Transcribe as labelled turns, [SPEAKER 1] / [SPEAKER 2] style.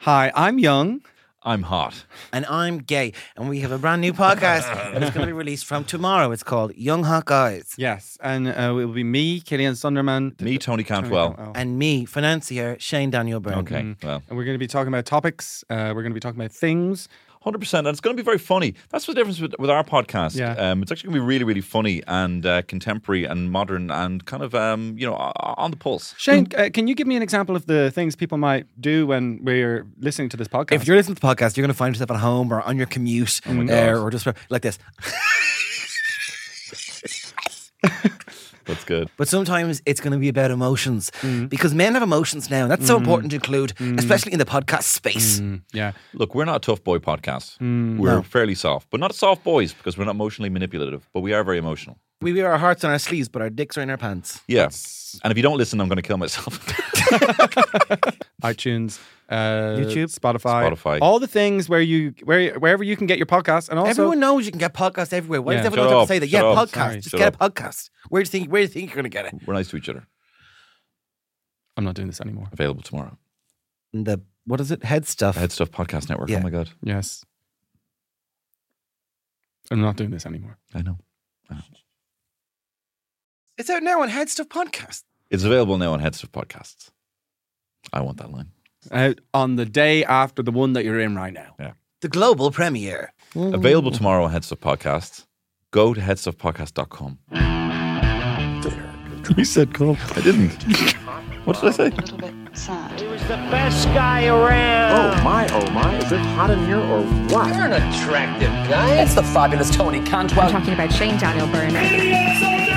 [SPEAKER 1] Hi, I'm young.
[SPEAKER 2] I'm hot.
[SPEAKER 3] and I'm gay, and we have a brand new podcast that is going to be released from tomorrow. It's called Young Hot Guys,
[SPEAKER 1] Yes, and uh, it will be me, Killian Sunderman.
[SPEAKER 2] Me, Tony Cantwell.
[SPEAKER 1] Cantwell.
[SPEAKER 3] and me, financier Shane Daniel Byrne.
[SPEAKER 2] Okay, well,
[SPEAKER 1] And we're going to be talking about topics. Uh, we're going to be talking about things.
[SPEAKER 2] hundred percent, and it's going to be very funny. That's the difference with, with our podcast.
[SPEAKER 1] Yeah.
[SPEAKER 2] Um, it's actually going to be really, really funny and uh, contemporary and modern and kind of um, you know o- on the pulse.
[SPEAKER 1] Shane, uh, can you give me an example of the things people might do when we're listening to this podcast?
[SPEAKER 3] If you're listening to the podcast, you're going to find yourself at home or on your commute there or just like this.
[SPEAKER 2] That's good.
[SPEAKER 3] But sometimes it's going to be about emotions because men have emotions now. And that's so important to include, especially in the podcast space.
[SPEAKER 1] Mm, yeah,
[SPEAKER 2] Look, we're not a tough boy podcast. we're fairly soft, but not soft boys because we're not emotionally manipulative, but we are very emotional.
[SPEAKER 3] We wear our hearts on our sleeves, but our dicks are in our pants.
[SPEAKER 2] Yeah. And if you don't listen, I'm going to kill myself.
[SPEAKER 1] iTunes, uh,
[SPEAKER 3] YouTube.
[SPEAKER 1] Spotify,
[SPEAKER 2] Spotify.
[SPEAKER 1] all the things where you where wherever you can get your podcast, and also
[SPEAKER 3] Everyone knows you can get podcasts everywhere. Why
[SPEAKER 1] Yeah.
[SPEAKER 3] does everyone
[SPEAKER 2] Shut
[SPEAKER 3] have
[SPEAKER 2] up,
[SPEAKER 3] to say that?
[SPEAKER 2] shut
[SPEAKER 3] Yeah,
[SPEAKER 2] up.
[SPEAKER 3] podcast.
[SPEAKER 2] Sorry.
[SPEAKER 3] Just
[SPEAKER 2] Shut
[SPEAKER 3] get a podcast. Where do you think? Where do you think you're going to get it?
[SPEAKER 2] we're nice to each other.
[SPEAKER 1] I'm not doing this anymore.
[SPEAKER 2] Available tomorrow.
[SPEAKER 3] And the what is it? Head stuff.
[SPEAKER 2] Head Stuff Podcast Network.
[SPEAKER 3] Yeah.
[SPEAKER 2] Oh my God.
[SPEAKER 1] Yes, I'm not doing this anymore.
[SPEAKER 2] I know.
[SPEAKER 3] It's out now on Head Stuff Podcast.
[SPEAKER 2] It's available now on Head Stuff Podcasts. I want that line.
[SPEAKER 1] Uh, on the day after the one that you're in right now.
[SPEAKER 3] The global premiere.
[SPEAKER 2] Available tomorrow on Head Stuff Podcasts. Go to headstuffpodcast.com. There. You said come. I didn't. what did I say?
[SPEAKER 4] A little bit sad.
[SPEAKER 5] was the best guy around.
[SPEAKER 6] Oh my, oh my, is it hot in here or what?
[SPEAKER 7] You're an attractive guy. It's the fabulous Tony Cantwell.
[SPEAKER 8] talking about Shane Daniel Byrne.
[SPEAKER 5] Idiots on